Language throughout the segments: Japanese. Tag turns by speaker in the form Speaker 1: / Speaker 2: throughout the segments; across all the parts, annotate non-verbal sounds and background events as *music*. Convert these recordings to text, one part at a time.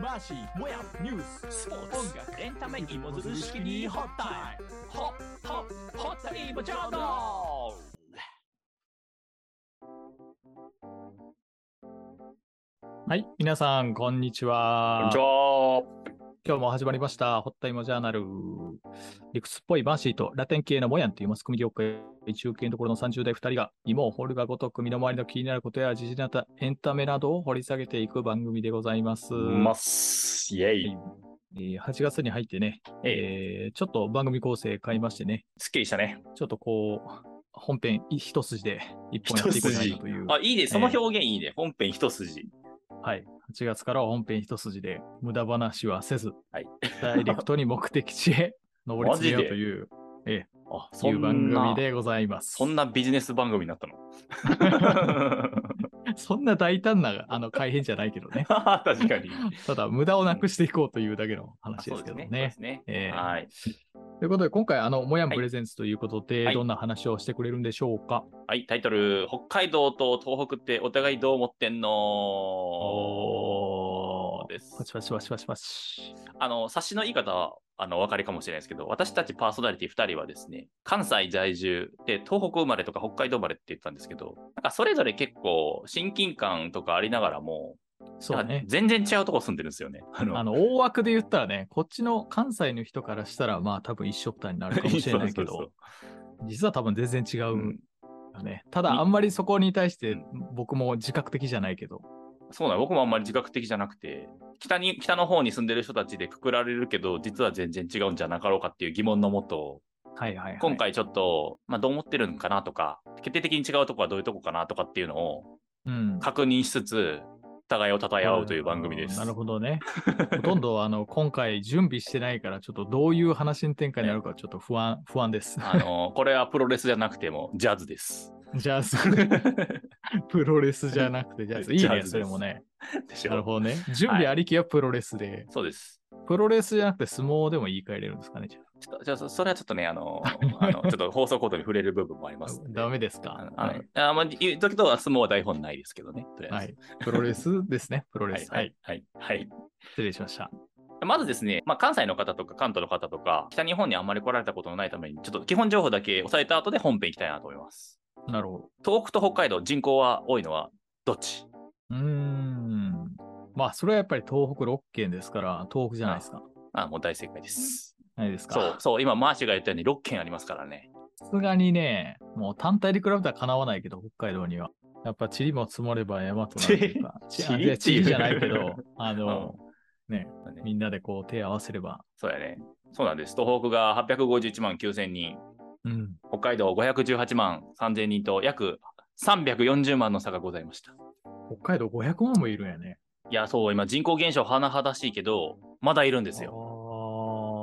Speaker 1: マシもやニュース
Speaker 2: スポーツ音楽エンタメ芋づる式にホッタイムホッホッホッタイムジャーナル
Speaker 1: はい皆さんこんにちは
Speaker 2: こんにちは
Speaker 1: 今日も始まりましたホッタイモジャーナル理屈っぽいバーシーとラテン系のモヤンというマスコミ業界中堅のところの30代2人が芋を掘るがごとく身の回りの気になることや時事ネタエンタメなどを掘り下げていく番組でございます、
Speaker 2: ますイェイ
Speaker 1: えー8月に入ってね、
Speaker 2: ええ
Speaker 1: えーちょっと番組構成変えましてね
Speaker 2: すっきりしたね
Speaker 1: ちょっとこう本編い一筋で一本やっていこうじゃないかという
Speaker 2: あいいねその表現いいね、本編一筋
Speaker 1: はい。8月からは本編一筋で、無駄話はせず、
Speaker 2: はい
Speaker 1: ダイレクトに目的地へ *laughs* 上り詰めようという、
Speaker 2: あ
Speaker 1: い
Speaker 2: そ
Speaker 1: うん番組
Speaker 2: な
Speaker 1: でございます。
Speaker 2: そんなビジネス番組になったの。
Speaker 1: そんな大胆なあの改変じゃないけどね
Speaker 2: *laughs* 確かに
Speaker 1: ただ、無駄をなくしていこうというだけの話ですけど
Speaker 2: そうで
Speaker 1: ね。
Speaker 2: すね
Speaker 1: ええ
Speaker 2: はい
Speaker 1: ということで、今回、あの、もやん
Speaker 2: はい
Speaker 1: プレゼンツということで、
Speaker 2: はい
Speaker 1: どんな話をしてくれるんでしょうか。
Speaker 2: はい、タイトル、北海道と東北ってお互いどう思ってんの
Speaker 1: お
Speaker 2: で
Speaker 1: パ
Speaker 2: す
Speaker 1: チ。パチパチパチパチ。
Speaker 2: あの、察しのいい方は、あの、お分かりかもしれないですけど、私たちパーソナリティ2人はですね、関西在住で、東北生まれとか北海道生まれって言ったんですけど、なんかそれぞれ結構親近感とかありながらも、
Speaker 1: そう
Speaker 2: なんか
Speaker 1: ね。
Speaker 2: 全然違うとこ住んでるんですよね。あの *laughs*
Speaker 1: あの、大枠で言ったらね、こっちの関西の人からしたら、まあ、多分一緒くたになるかもしれないけど、
Speaker 2: *laughs* そうそう
Speaker 1: 実は多分全然違
Speaker 2: そうう
Speaker 1: うんよね。ただ、
Speaker 2: み
Speaker 1: あんまりそこに対して
Speaker 2: うん
Speaker 1: 僕も自覚的じゃないけど、
Speaker 2: そうなの僕もあんまり自覚的じゃなくて北に、北の方に住んでる人たちでくくられるけど、実は全然違うんじゃなかろうかっていう疑問のもと、
Speaker 1: はいはいはい。
Speaker 2: 今回ちょっと、まあ、どう思ってるのかなとか、決定的に違うとこはどういうとこかなとかっていうのを
Speaker 1: うん、
Speaker 2: 確認しつつ、互いを称え合おうという番組です。
Speaker 1: なるほど
Speaker 2: *laughs*
Speaker 1: ね。ほとんどあの今回準備してないから、ちょっとどういう話の展開になるかちょっと不安不安です。 *laughs*
Speaker 2: あの、これはプロレスじゃなくてもジャズです。
Speaker 1: じゃあ、そプロレスじゃなくて、じゃあ、いい
Speaker 2: ジャズ
Speaker 1: ね、
Speaker 2: です
Speaker 1: それもね。
Speaker 2: でし
Speaker 1: なる
Speaker 2: ょ
Speaker 1: ほどね。準備ありきはプロレスで、
Speaker 2: そうです。
Speaker 1: プロレスじゃなくて相撲でも言い換えれるんですかね、じゃ
Speaker 2: ちょっと、じゃあそそれはちょっとね、
Speaker 1: *laughs*
Speaker 2: あの、あのちょっと放送コードに触れる部分もありま
Speaker 1: あ
Speaker 2: すの。で。
Speaker 1: ダメです
Speaker 2: あ
Speaker 1: か
Speaker 2: の。あのあまあ、言うときとは相撲は台本ないですけどね、とりあ
Speaker 1: は
Speaker 2: えず
Speaker 1: い。。プロレスですね、プロレ
Speaker 2: はい
Speaker 1: ス。は。
Speaker 2: はいいはいはい、
Speaker 1: 失礼しました。
Speaker 2: まずですね、まあ、関西の方とか関東の方とか、北日本にあんまり来られたことのないために、ちょっと基本情報だけ押さえた後で本編いきたいなと思います。
Speaker 1: なるほど。
Speaker 2: 東北と北海道、人口は多いのはどっち
Speaker 1: うーん。まあ、それはやっぱり東北6県ですから、東北じゃないですか。
Speaker 2: ああもう大正解です。
Speaker 1: ないですか。
Speaker 2: そう、そう、今、マーシーが言ったように6県ありますからね。
Speaker 1: さすがにね、もう単体で比べたらかなわないけど、北海道には。やっぱ塵も積もれば山となるという
Speaker 2: *laughs*
Speaker 1: か、
Speaker 2: 塵
Speaker 1: ちあ
Speaker 2: 塵
Speaker 1: いや
Speaker 2: っていう
Speaker 1: 塵じゃないけ
Speaker 2: *laughs*
Speaker 1: ど、あの、ね、
Speaker 2: うん
Speaker 1: みんなでこう手合わせれば、
Speaker 2: そうやね。そうなんです。東北が851万9000人、
Speaker 1: うん、
Speaker 2: 北海道518万3000人と、約340万の差がございました。
Speaker 1: 北海道500万もいるんやね。
Speaker 2: いや、そう、今、人口減少、甚だしいけど、まだいるんですよ。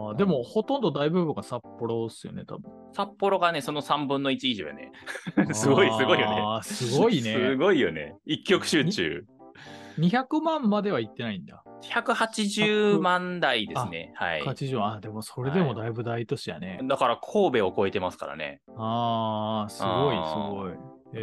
Speaker 1: あーでも、ほとんど大部分が札幌っすよね、多分。
Speaker 2: 札幌がね、その3分の1以上やね。 *laughs* すごい、すごいよね。
Speaker 1: あーすごい
Speaker 2: す
Speaker 1: ね。
Speaker 2: ごいよね。一極集中。
Speaker 1: 200万までは行ってないんだ。
Speaker 2: 180万台ですね。はい。
Speaker 1: 勝ち上、あ、でもそれでもだいぶ大都市やね。
Speaker 2: だから神戸を超えてますからね。
Speaker 1: ああ、すごい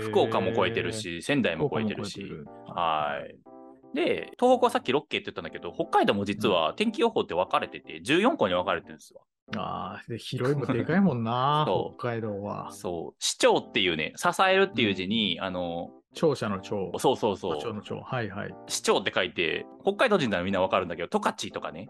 Speaker 1: すごい。
Speaker 2: 福岡も超えてるし、仙台
Speaker 1: えー、
Speaker 2: も超えて
Speaker 1: 福
Speaker 2: る
Speaker 1: 岡
Speaker 2: し。
Speaker 1: も超えてる
Speaker 2: はい。で、東北はさっき6県って言ったんだけど、北海道も実は天気予報って分かれてて、14個に分かれてるんですよ。、
Speaker 1: ああ、で広いもでかいもんな
Speaker 2: *laughs* そう
Speaker 1: 北海道は。
Speaker 2: そう。市長っていうね、支えるっていう字に、あの、
Speaker 1: 庁舎の庁。
Speaker 2: そうそうそ
Speaker 1: 課長
Speaker 2: う
Speaker 1: の。庁。はいはい。
Speaker 2: 市長って書いて、北海道人ならみんな分かるんだけど、十勝とかね、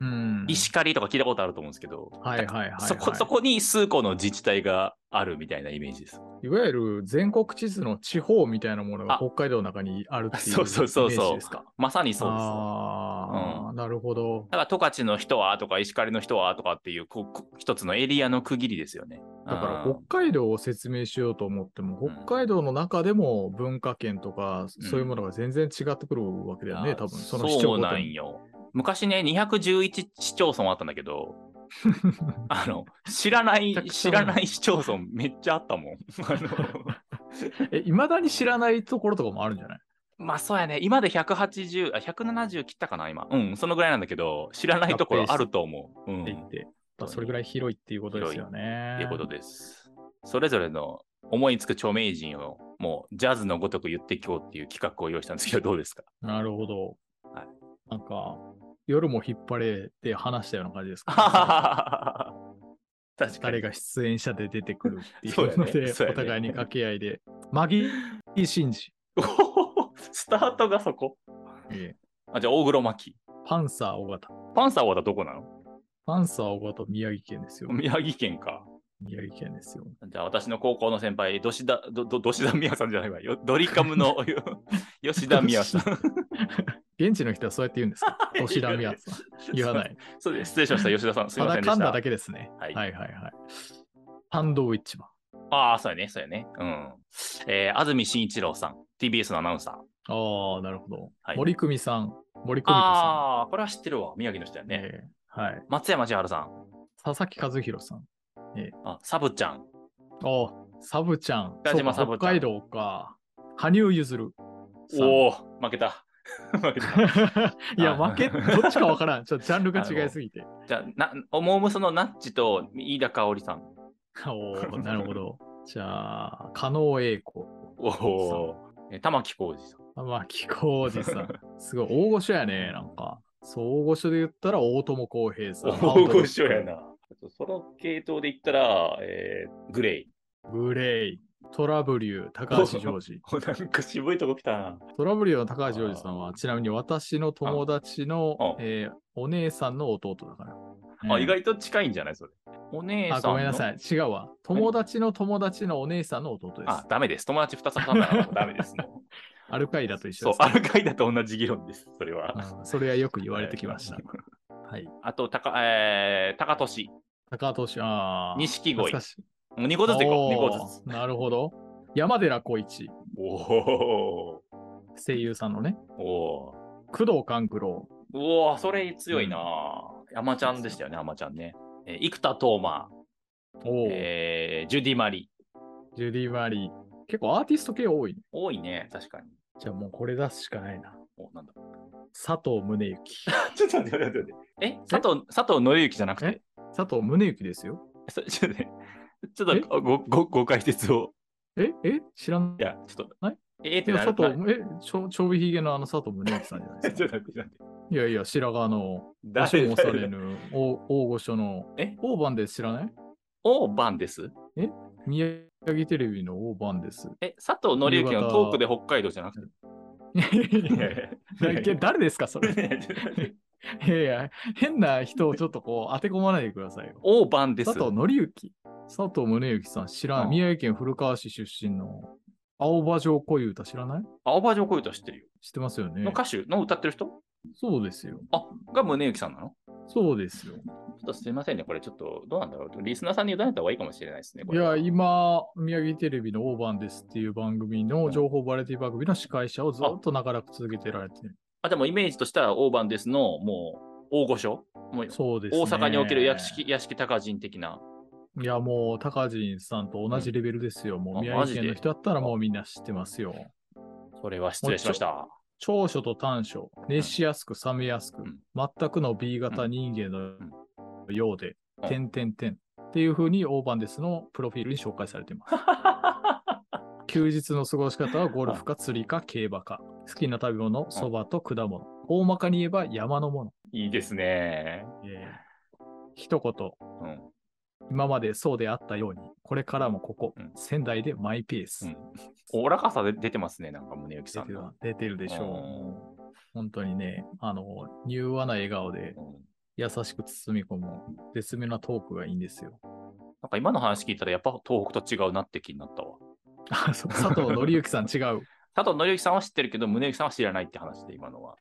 Speaker 1: うん。
Speaker 2: 石狩とか聞いたことあると思うんですけど、
Speaker 1: はいはいはい、はい。
Speaker 2: そこそこに数個の自治体があるみたいなイメージです。
Speaker 1: いわゆる全国地図の地方みたいなものが
Speaker 2: あ
Speaker 1: 北海道の中にあるっていうイメ
Speaker 2: そうそうそうそう
Speaker 1: ージですか。
Speaker 2: まさにそうです。
Speaker 1: ああ、なるほど。
Speaker 2: だから十勝の人はとか石狩の人はとかっていうこうこ一つのエリアの区切りですよね。
Speaker 1: だから
Speaker 2: うん
Speaker 1: 北海道を説明しようと思っても、
Speaker 2: うん
Speaker 1: 北海道の中でも文化圏とか、
Speaker 2: うん
Speaker 1: そういうものが全然違ってくるわけだよね、
Speaker 2: あ
Speaker 1: 多分その市長
Speaker 2: そう
Speaker 1: ご
Speaker 2: な
Speaker 1: と
Speaker 2: ん
Speaker 1: に。
Speaker 2: よ。昔ね、211市町村あったんだ
Speaker 1: *laughs*
Speaker 2: けど、あの、知らな
Speaker 1: め
Speaker 2: い
Speaker 1: ちゃ、くち
Speaker 2: 知
Speaker 1: ゃ多
Speaker 2: ら
Speaker 1: い
Speaker 2: ない市町村めっちゃあったもん。あ
Speaker 1: *laughs*
Speaker 2: の
Speaker 1: え、いまだに知らないところとかもあるんじゃない
Speaker 2: まあそうやね、今で180、あ、170切ったかな、今。うん、そのぐらいなんだけど、知らないところあると思う。うん、
Speaker 1: って言
Speaker 2: っ
Speaker 1: って、まあそれぐらい広いっていうことですよね。
Speaker 2: ていうことです。それぞれの思いつく著名人を、もうジャズのごとく言っていこうっていう企画を用意したんですけど、どうですか
Speaker 1: なるほど。
Speaker 2: はい
Speaker 1: なんか、夜も引っ張れて話したような感じです
Speaker 2: *laughs*
Speaker 1: か、
Speaker 2: *laughs* 確か
Speaker 1: 誰
Speaker 2: に。
Speaker 1: が出演者で出てくるってい
Speaker 2: そうや
Speaker 1: う
Speaker 2: ね
Speaker 1: ので、
Speaker 2: そうや
Speaker 1: お
Speaker 2: ね
Speaker 1: 互いに掛け合いで。マギー・シンジ、
Speaker 2: おー *laughs* スタートがそこ。
Speaker 1: え
Speaker 2: あ、じゃあ、大黒摩季。
Speaker 1: ーパンサー・尾形。
Speaker 2: パンサーはどこなの
Speaker 1: パンサー・尾形、宮城県ですよ。
Speaker 2: 宮城県か。
Speaker 1: 宮城県ですよ。
Speaker 2: じゃあ、私の高校の先輩、吉田、ど、ど、吉田美也さんじゃないわよ。ドリカムの *laughs* よ吉田美也さん。
Speaker 1: 現地の人はそうやって言うん
Speaker 2: *laughs*
Speaker 1: ですか吉田美也さん。 *laughs* 言わない。
Speaker 2: そうです。失礼しました、吉田さん。すみ
Speaker 1: た
Speaker 2: ま
Speaker 1: だ
Speaker 2: せんで
Speaker 1: 噛
Speaker 2: し
Speaker 1: んだ
Speaker 2: た。
Speaker 1: だけですね。
Speaker 2: はい
Speaker 1: はいはいはい。サンドウィッチマン。
Speaker 2: ああ、そうやね、そうやね。うん。えー安住慎一郎さん、TBS のアナウンサー。
Speaker 1: ああ、なるほど。
Speaker 2: はい
Speaker 1: 森久美さん、森久美子さ
Speaker 2: ああ、これは知ってるわ。宮城の人や
Speaker 1: ん。
Speaker 2: ね。
Speaker 1: えーはい。
Speaker 2: 松山千春さん、
Speaker 1: 佐々木和弘さん。
Speaker 2: あサブちゃん、
Speaker 1: ああ、サブちゃん。
Speaker 2: 北島
Speaker 1: そうか
Speaker 2: サブち
Speaker 1: 北
Speaker 2: ゃん
Speaker 1: 海道か。羽生結弦さん。
Speaker 2: おお、負けた。 *laughs* 負けた。
Speaker 1: *laughs* いや、負け、
Speaker 2: あ
Speaker 1: どっちかわからん。ちょっとジャンルが違いす
Speaker 2: *laughs*
Speaker 1: ぎて。
Speaker 2: じゃあ、なおもむそのナッチと飯田香織さん。
Speaker 1: おおーなるほど。じゃあ、加納栄子。
Speaker 2: おお、え玉置浩二さん。
Speaker 1: まあ、木工事
Speaker 2: *laughs*
Speaker 1: さん。すごい、大御所やね、なんか。そう、大御所で言ったら、大友康平さん。
Speaker 2: *laughs* 大御所やな。その系統で言ったら、えーグレイ。
Speaker 1: グレイ、トラブリュー、高橋ジョー
Speaker 2: *laughs*
Speaker 1: ジ。
Speaker 2: お *laughs* なんか渋いとこ来たな。
Speaker 1: トラブリューの高橋ジョージさんは、ちなみに私の友達
Speaker 2: ああ
Speaker 1: の、えーお姉さんの弟だから。
Speaker 2: あ、
Speaker 1: うん
Speaker 2: 意外と近いんじゃないそれ。お姉さ
Speaker 1: あ、
Speaker 2: んの。
Speaker 1: ごめんなさ
Speaker 2: い。
Speaker 1: い。違うわ。友達の友達のお姉さんの弟です
Speaker 2: あ、。ダメです。友達2つ挟んだらダ
Speaker 1: *laughs*
Speaker 2: メです。もう
Speaker 1: アルカイダと一緒
Speaker 2: そう
Speaker 1: で、す
Speaker 2: アルカイダと同じ議論です。それは。
Speaker 1: うんそれはよく言われてきました。はい。
Speaker 2: あと、たか、えー、高俊、
Speaker 1: 高藤氏、ああ。
Speaker 2: 錦
Speaker 1: 懐
Speaker 2: 鯉。
Speaker 1: か
Speaker 2: も
Speaker 1: しい。
Speaker 2: う2個ずついこう、2
Speaker 1: お
Speaker 2: 個
Speaker 1: ー
Speaker 2: ずつ。
Speaker 1: なるほど。山寺宏一、
Speaker 2: おお
Speaker 1: 声優さんのね。
Speaker 2: ーおー
Speaker 1: 工藤官九郎、
Speaker 2: おーそれ強いなぁ。山ちゃんでしたよね、山ちゃんね。えー生田斗真、
Speaker 1: おー
Speaker 2: えージュディ・マリ。
Speaker 1: ジュディ・マリー。結構アーティスト系多いね。
Speaker 2: 多いね、確かに。
Speaker 1: じゃあもうこれ出すしかないな。
Speaker 2: おなんだ
Speaker 1: 佐藤宗之。
Speaker 2: ちょっと待って待って待って。え、佐藤、佐藤紀之じゃなくて。
Speaker 1: *laughs* 佐藤宗之ですよ。
Speaker 2: そちょっとね、ちょっとごごご解説を。
Speaker 1: ええ知らん
Speaker 2: い。や、ちょっと。
Speaker 1: はい
Speaker 2: えーっ
Speaker 1: い
Speaker 2: て
Speaker 1: や
Speaker 2: な
Speaker 1: 佐
Speaker 2: る
Speaker 1: 藤、え、ちょ、ちょびひげのあの佐藤宗之さんじゃないで
Speaker 2: *laughs* ち
Speaker 1: す
Speaker 2: ょっ
Speaker 1: か。
Speaker 2: と待って待って。
Speaker 1: いやいや、白髪の、場所
Speaker 2: 誰
Speaker 1: もされ
Speaker 2: 誰
Speaker 1: ぬ、大大御所の、
Speaker 2: え
Speaker 1: 大番です知らない
Speaker 2: オーバンです。
Speaker 1: 宮城テレビの大番です。
Speaker 2: え、佐藤紀之のトークで北海道じゃなくて。いやいやい
Speaker 1: *laughs*
Speaker 2: やいや
Speaker 1: 誰ですか、それ。
Speaker 2: ね
Speaker 1: いやいや、変な人をちょっとこう、当て込まないでくださいよ。
Speaker 2: 大番です。
Speaker 1: 佐藤紀之。佐藤宗之さん、知らな
Speaker 2: う
Speaker 1: い。
Speaker 2: ん
Speaker 1: 宮城県古川市出身の、青葉城恋歌知らない
Speaker 2: 青葉城恋歌知ってるよ。
Speaker 1: 知ってますよね
Speaker 2: の。歌手の歌ってる人
Speaker 1: そうですよ。
Speaker 2: あ、が宗行さんなの
Speaker 1: そうですよ。
Speaker 2: ちょっとすいませんね。これちょっとどうなんだろう。リスナーさんに委ねた方がいいかもしれないですね。こ
Speaker 1: い
Speaker 2: れ
Speaker 1: や、
Speaker 2: は
Speaker 1: 今、宮城テレビの大番ですっていう番組の情報バラエティ番組の司会者をずっと長らく続けてられてる。
Speaker 2: あ、でもイメージとしたら大番ですの、もう大御所。もう
Speaker 1: そうです、ね。
Speaker 2: 大阪における屋敷屋敷高人的な。
Speaker 1: いや、もう、高人さんと同じレベルですよ。も
Speaker 2: あ
Speaker 1: う、宮城
Speaker 2: マジ
Speaker 1: 県
Speaker 2: で
Speaker 1: の人だったらもうみんな知ってますよ。
Speaker 2: それは失礼し
Speaker 1: *laughs*
Speaker 2: ました。
Speaker 1: 長所と短所、熱しやすく冷めやすく、
Speaker 2: うん
Speaker 1: 全くの B 型人間
Speaker 2: ん
Speaker 1: のようで、
Speaker 2: うん
Speaker 1: 点点点っていうふうに大番ですのプロフィールに紹介されています。休日の過ごし方はゴルフか釣りか競馬か、好きな食べ物、そばと果物、大まかに言えば山のもの。
Speaker 2: いいですね。
Speaker 1: えー一言、
Speaker 2: うん。
Speaker 1: 今までそうであったように、これからもここ、
Speaker 2: うん
Speaker 1: 仙台でマイペース。
Speaker 2: うんおおらかさで出てますね。なんか宗行さ
Speaker 1: 出
Speaker 2: ん
Speaker 1: て
Speaker 2: の。
Speaker 1: は出てるでしょう。
Speaker 2: うん
Speaker 1: もう本当にね、あの、柔和な笑顔で
Speaker 2: うん
Speaker 1: 優しく包み込む、絶妙なトークがいいんです
Speaker 2: *laughs*
Speaker 1: よ。
Speaker 2: なんか今の話聞いたらやっぱ東北と違うなって気になったわ。
Speaker 1: あそう佐藤紀之さん違う。
Speaker 2: 佐藤紀之さんは知ってるけど、宗行さんは知らないって話で、
Speaker 1: *laughs*
Speaker 2: 今のは。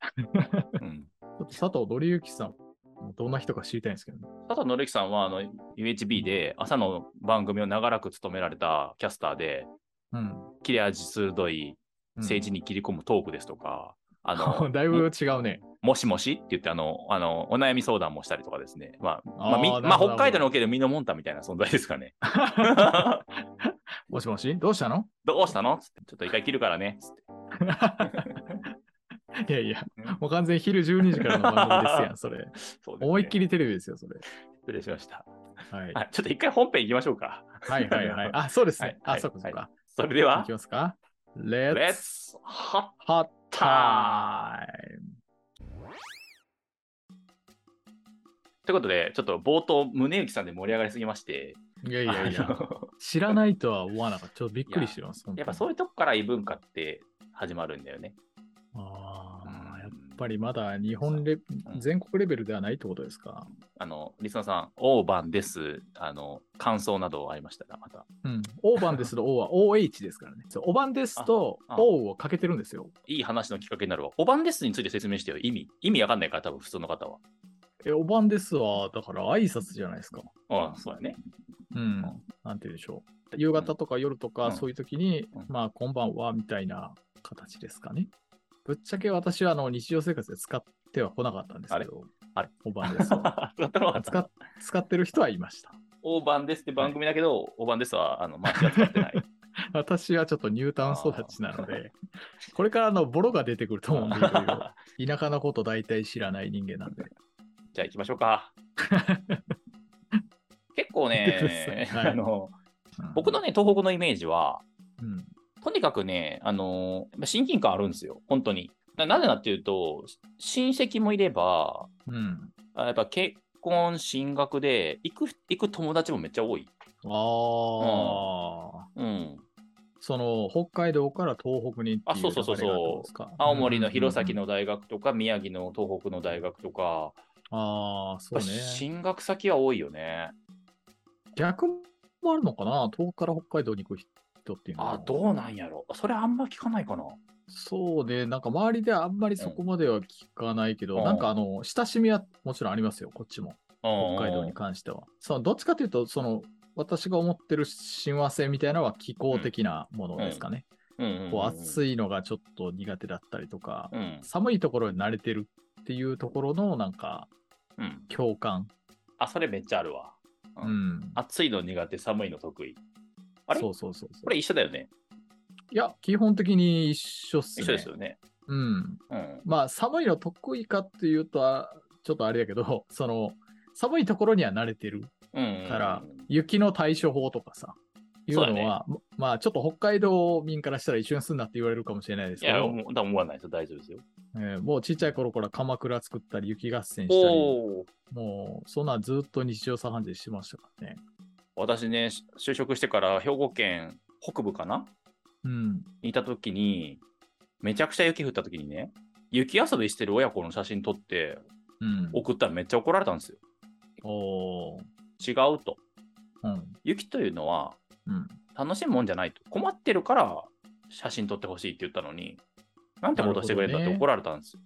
Speaker 2: うん、
Speaker 1: ちょっと佐藤紀之さん、どんな人か知りたいんですけどね。
Speaker 2: 佐藤紀之さんはあの UHB で朝の番組を長らく務められたキャスターで、
Speaker 1: うん。
Speaker 2: 切れ味鋭い
Speaker 1: うん
Speaker 2: 政治に切り込むトークですとか、あの
Speaker 1: *laughs* だいぶ違うね。
Speaker 2: もしもしって言ってあのあの、お悩み相談もしたりとかですね、まあまあ
Speaker 1: あーな
Speaker 2: み
Speaker 1: るほど
Speaker 2: まあ、北海道におけるミノモンタみたいな存在ですかね。 *laughs*
Speaker 1: もしもしどうしたの
Speaker 2: どうしたのつって、ちょっと一回切るからね。つって
Speaker 1: いやいや、もう完全に昼12時からの番組ですやん、
Speaker 2: *laughs*
Speaker 1: それ。
Speaker 2: そうですね
Speaker 1: 思いっきりテレビですよ、それ。
Speaker 2: 失礼しました。
Speaker 1: はい。
Speaker 2: あちょっと一回本編行きましょうか。
Speaker 1: はいはいはい。あ、そうですね。
Speaker 2: はい
Speaker 1: あ、そうかそうか。
Speaker 2: それで
Speaker 1: い
Speaker 2: は
Speaker 1: き、ますか。レッツ
Speaker 2: Let's hot
Speaker 1: ホット
Speaker 2: time!
Speaker 1: タイム
Speaker 2: ということで、ちょっと冒頭、宗行さんで盛り上がりすぎまして、
Speaker 1: いやいやい
Speaker 2: あ
Speaker 1: や、
Speaker 2: の
Speaker 1: 知らないとは思わなかった。ちょっとびっくりしてます。
Speaker 2: やっぱそう
Speaker 1: う。
Speaker 2: いうとこから異文化って始まるんだよね。
Speaker 1: ああ、やっ
Speaker 2: っ
Speaker 1: ぱりまだ日本レ、
Speaker 2: ん
Speaker 1: 全国レベルではないってことですか。
Speaker 2: あの、リスナーさん、オーバンです。あの、感想などありましたら、また。
Speaker 1: うん。オーバンですと O は OH ですからね。そう、オバンですと
Speaker 2: ああ
Speaker 1: O をかけてるんですよ。
Speaker 2: いい話のきっかけになるわ。オバンですについて説明してよ、意味。意味わかんないから、多分普通の方は。
Speaker 1: え、オバンですは、だから挨拶じゃないですか。
Speaker 2: ああ、そうやね。
Speaker 1: うん。なんて言うんでしょう。夕方とか夜と
Speaker 2: う
Speaker 1: か、
Speaker 2: ん
Speaker 1: そういう時に、
Speaker 2: うん
Speaker 1: まあ、こんばんは、みたいな形ですかね。ぶっちゃけ私は、あの、日常生活で使っては来なかったんですけど、
Speaker 2: あれ
Speaker 1: オバン
Speaker 2: *laughs*
Speaker 1: ですは。使
Speaker 2: 使
Speaker 1: っ使ってる人はいました。
Speaker 2: オーバンですって番組だけど、オーバンですは、あの、まあ、使っ
Speaker 1: *laughs*
Speaker 2: てない。
Speaker 1: 私はちょっとニュータウン育ちなので、これからあのボロが出てくると思うんで、いろいろ田舎のこと大体知らない人間なんで。
Speaker 2: じゃあ行きましょ
Speaker 1: *laughs*
Speaker 2: うか。結構
Speaker 1: 見て
Speaker 2: ね
Speaker 1: くだ、さいはい
Speaker 2: あの
Speaker 1: うん
Speaker 2: 僕のね、東北のイメージは、
Speaker 1: うん
Speaker 2: とにかくね、あのまあ親近感あるんですよ、本当に。ななぜなっていうと、親戚もいれば、
Speaker 1: うん。
Speaker 2: あやっぱ結婚、進学で行く行く友達もめっちゃ多い。
Speaker 1: ああ、
Speaker 2: うん、
Speaker 1: その北海道から東北にってい
Speaker 2: あそうそうそうそう
Speaker 1: 流れがあったんですか
Speaker 2: 青森の弘前
Speaker 1: うんうんうん
Speaker 2: の大学とか、宮城の東北の大学とか、
Speaker 1: ああ、そ
Speaker 2: や
Speaker 1: う
Speaker 2: っぱ
Speaker 1: ね。
Speaker 2: 進学先は多いよね。
Speaker 1: 逆もあるのかな東北から北海道に行く人っていうのは。
Speaker 2: あ、どうなんやろ。それあんま聞かないかな。
Speaker 1: そうね。なんか周りであんまりそこまでは聞かないけど、
Speaker 2: うん
Speaker 1: なんかあの、親しみはもちろんありますよ、こっちも。北海道に
Speaker 2: か。
Speaker 1: 関しては。そのどっちかというと、その私が思ってる親和性みたいなのは気候的なものですかね。
Speaker 2: うんうんうん
Speaker 1: こう暑いのがちょっと苦手だったりとか、
Speaker 2: うん
Speaker 1: 寒いところに慣れてるっていうところのなんか
Speaker 2: うん、
Speaker 1: 共感。
Speaker 2: あ、それめっちゃあるわ。う
Speaker 1: うん。
Speaker 2: 暑いの苦手、寒いの得意。あれ
Speaker 1: そうそうそうそう
Speaker 2: これ一緒だよね。
Speaker 1: いや、基本的に一緒っす
Speaker 2: 一
Speaker 1: ね。
Speaker 2: 緒ですよね。
Speaker 1: うん。
Speaker 2: うん。
Speaker 1: まあ、寒いの得意かっていうと、あちょっとあれだけど、その、寒いところには慣れてる
Speaker 2: うん、
Speaker 1: から、雪の対処法とかさ、いう
Speaker 2: そう
Speaker 1: の
Speaker 2: だ
Speaker 1: は、ままあ、ちょっと北海道民からしたら一緒にすんなって言われるかもしれないです
Speaker 2: い
Speaker 1: け
Speaker 2: や、
Speaker 1: ど、
Speaker 2: 思だ思わないと大丈夫ですよ。
Speaker 1: えーもうちっちゃい頃から鎌倉作ったり、雪合戦したり、
Speaker 2: おお。
Speaker 1: もう、そんなんずっと日常茶飯事してましたからね。
Speaker 2: 私ね、し就職してから兵庫県北部かな
Speaker 1: うん。
Speaker 2: にいた時に、めちゃくちゃ雪降った時にね、雪遊びしてる親子の写真撮って
Speaker 1: うん。
Speaker 2: 送ったらめっちゃ怒られたんですよ。
Speaker 1: おー
Speaker 2: 違うと。
Speaker 1: うん。
Speaker 2: 雪というのは
Speaker 1: うん。
Speaker 2: 楽しいもんじゃないと。困ってるから写真撮ってほしいって言ったのに、なんてことしてくれたっ
Speaker 1: なるほどね
Speaker 2: て怒られたんですよ。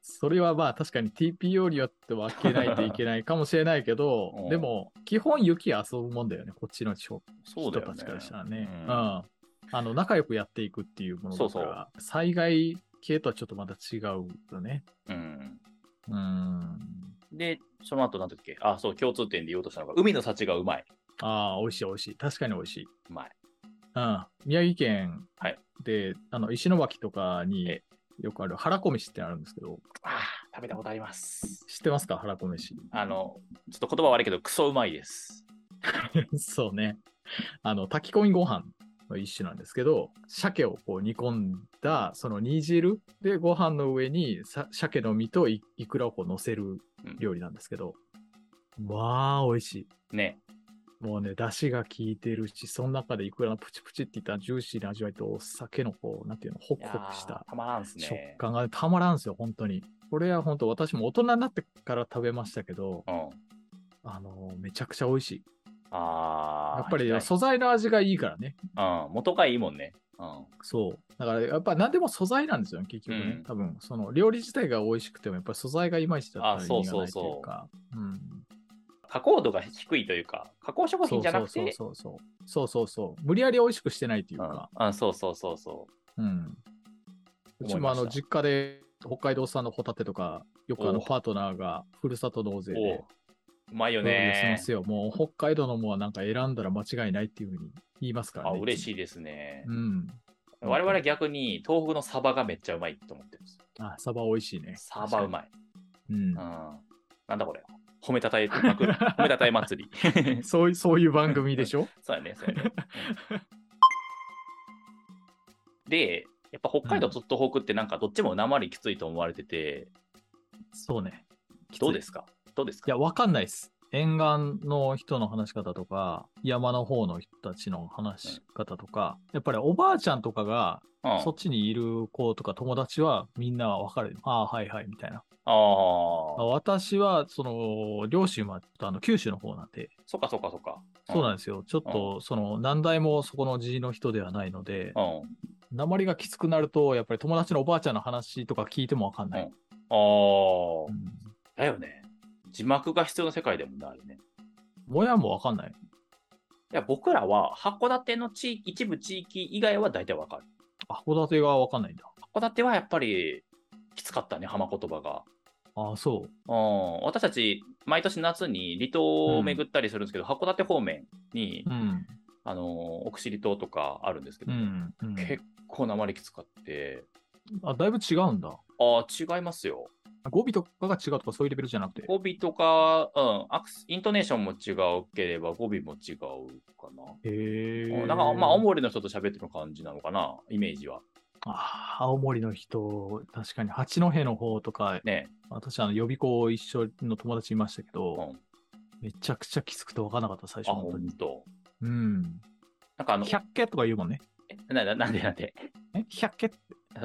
Speaker 1: それはまあ確かに TPO によって分けないといけないかもしれないけ
Speaker 2: *laughs* う
Speaker 1: ど
Speaker 2: ん、
Speaker 1: でも基本雪遊ぶもんだよね、こっちの地方
Speaker 2: そう
Speaker 1: 人
Speaker 2: だよ
Speaker 1: た
Speaker 2: ね
Speaker 1: ち。からしたらね。
Speaker 2: う
Speaker 1: うんんあの仲良くやっていくっていうものだ
Speaker 2: そ
Speaker 1: か
Speaker 2: うそ
Speaker 1: ら、災害系とはちょっとまた違うよね。
Speaker 2: うん、
Speaker 1: うん。
Speaker 2: で、その後なんだっけあ、そう、共通点で言おうとしたのが、海の幸がうまい。
Speaker 1: ああ、美味しい美味しい。確かに美味しい。
Speaker 2: うまい。
Speaker 1: うん。宮城県
Speaker 2: はい
Speaker 1: で、あの石巻とかに
Speaker 2: え
Speaker 1: よくある腹こ飯ってあるんですけど、
Speaker 2: あー食べたことあります。
Speaker 1: 知ってますか腹こ飯。 *laughs*
Speaker 2: あの、ちょっと言葉悪いけど、クソうまいです。
Speaker 1: そうね。あの、炊き込みご飯の一種なんですけど、鮭をこう煮込んだ、その煮汁でご飯の上にさ鮭の身といいくらをこう乗せる料理なんですけど、まあ、美味しい。
Speaker 2: ね。
Speaker 1: もうね、出汁が効いてるし、その中でいくらのプチプチっていったジューシーな味わいと、お酒のこう、なんていうの、ホ
Speaker 2: い
Speaker 1: ク
Speaker 2: や
Speaker 1: ホクした
Speaker 2: ーたまらんっす
Speaker 1: 食
Speaker 2: ね。
Speaker 1: 感がねたまらんすよ、本当に。これは本当、私も大人になってから食べましたけど、
Speaker 2: うん。
Speaker 1: あのーめちゃくちゃ美味しい。
Speaker 2: あー
Speaker 1: やっぱり
Speaker 2: 行きたい
Speaker 1: 素材の味がいいからね。
Speaker 2: うん、元がいいもんね。うん。
Speaker 1: そう。だからやっぱ何でも素材なんですよね、結局ね。
Speaker 2: うん
Speaker 1: 多分、その料理自体が美味しくても、やっぱり素材がいまいちだったら
Speaker 2: あ
Speaker 1: 意
Speaker 2: そう
Speaker 1: 味が
Speaker 2: そ
Speaker 1: な
Speaker 2: う
Speaker 1: いと
Speaker 2: そう
Speaker 1: いうか。うん
Speaker 2: 加工度が低いというか、加工食
Speaker 1: そ
Speaker 2: 品
Speaker 1: う
Speaker 2: じゃな
Speaker 1: そう
Speaker 2: く
Speaker 1: そう
Speaker 2: て、
Speaker 1: そうそう。そうそうそう。無理やり美味しくしてないという
Speaker 2: う
Speaker 1: か。
Speaker 2: んうん、そうそうそうそう。
Speaker 1: うん。う
Speaker 2: 思いました
Speaker 1: ちもあの、実家で北海道産のホタテとか、よくあの、
Speaker 2: お
Speaker 1: パートナーがふるさと納税
Speaker 2: お
Speaker 1: で
Speaker 2: ううまいよ
Speaker 1: 料理をしま
Speaker 2: ね
Speaker 1: すよ。もう北海道のものはなんか選んだら間違いないっていうふうに言いますから
Speaker 2: あ、
Speaker 1: ね。
Speaker 2: 嬉し
Speaker 1: い。
Speaker 2: いですね
Speaker 1: う。ん。
Speaker 2: 我々逆に東北のサバがめっちゃうまいと思ってるんですよ。
Speaker 1: あ、サバ美味しいね。
Speaker 2: サバう
Speaker 1: い。
Speaker 2: まい。
Speaker 1: うん
Speaker 2: うん。。なんだこれ。褒めたたえま
Speaker 1: *laughs*
Speaker 2: くる。褒めたたえ祭り。
Speaker 1: そういそういう番組でしょ *laughs*
Speaker 2: そうやね、そうやね。うんで、やっぱ北海道と東北ってなんかどっちも鉛きついと思われてて、
Speaker 1: そうね。
Speaker 2: どうですかどうです
Speaker 1: い
Speaker 2: か
Speaker 1: や、わかんないです。沿岸の人の話し方とか、山の方の人たちの話し方とか、やっぱりおばあちゃんとかが、
Speaker 2: うん
Speaker 1: そっちにいる子とか友達はみんなわかる。ああ、はいはい、みたいな。
Speaker 2: ああ。
Speaker 1: 私は、その、両親はあの九州の方なんで、
Speaker 2: そっかそっかそっか。
Speaker 1: そうなん
Speaker 2: ん
Speaker 1: ですよ。ちょっと、その、何代もそこの地の人ではないので、
Speaker 2: うん。
Speaker 1: 鉛がきつくなると、やっぱり友達のおばあちゃんの話とか聞いてもわかんない。
Speaker 2: ああ
Speaker 1: う。ん
Speaker 2: だよね。字幕が必要な世界だもんね、あれね。
Speaker 1: もやもわかんない。
Speaker 2: いや、僕らは函館の地域、一部地域以外は大体わかる。
Speaker 1: 函館がわかんないんだ。
Speaker 2: 函館はやっぱりきつかったね、浜言葉が。
Speaker 1: ああ、そう。
Speaker 2: うん、私たち、毎年夏に離島を巡ったりするんですけど、函館方面に、
Speaker 1: うん。
Speaker 2: あのー奥尻島とかあるんですけ
Speaker 1: う
Speaker 2: ど、
Speaker 1: ん。うん
Speaker 2: 結構なまりきつかって、
Speaker 1: あ、だいぶ違うんだ。
Speaker 2: ああ、違いますよ。
Speaker 1: 語尾とかが違うとかそういうレベルじゃなくて。
Speaker 2: 語尾とか、うん、アクスイントネーションも違うければ語尾も違うかな。
Speaker 1: へ
Speaker 2: う
Speaker 1: え。
Speaker 2: んなんか、まあ、青森の人と喋ってる感じなのかな、イメージは。
Speaker 1: あー青森の人、確かに八戸の方とか、
Speaker 2: ね。
Speaker 1: 私、あの予備校一緒の友達いましたけど、
Speaker 2: うん
Speaker 1: めちゃくちゃきつくて分からなかった、最初
Speaker 2: あ、
Speaker 1: 本当
Speaker 2: 本
Speaker 1: に。
Speaker 2: 当。
Speaker 1: うん。
Speaker 2: なんかあの、
Speaker 1: 百家とか言うもんね。
Speaker 2: えなななんでなんで *laughs*
Speaker 1: え百家っ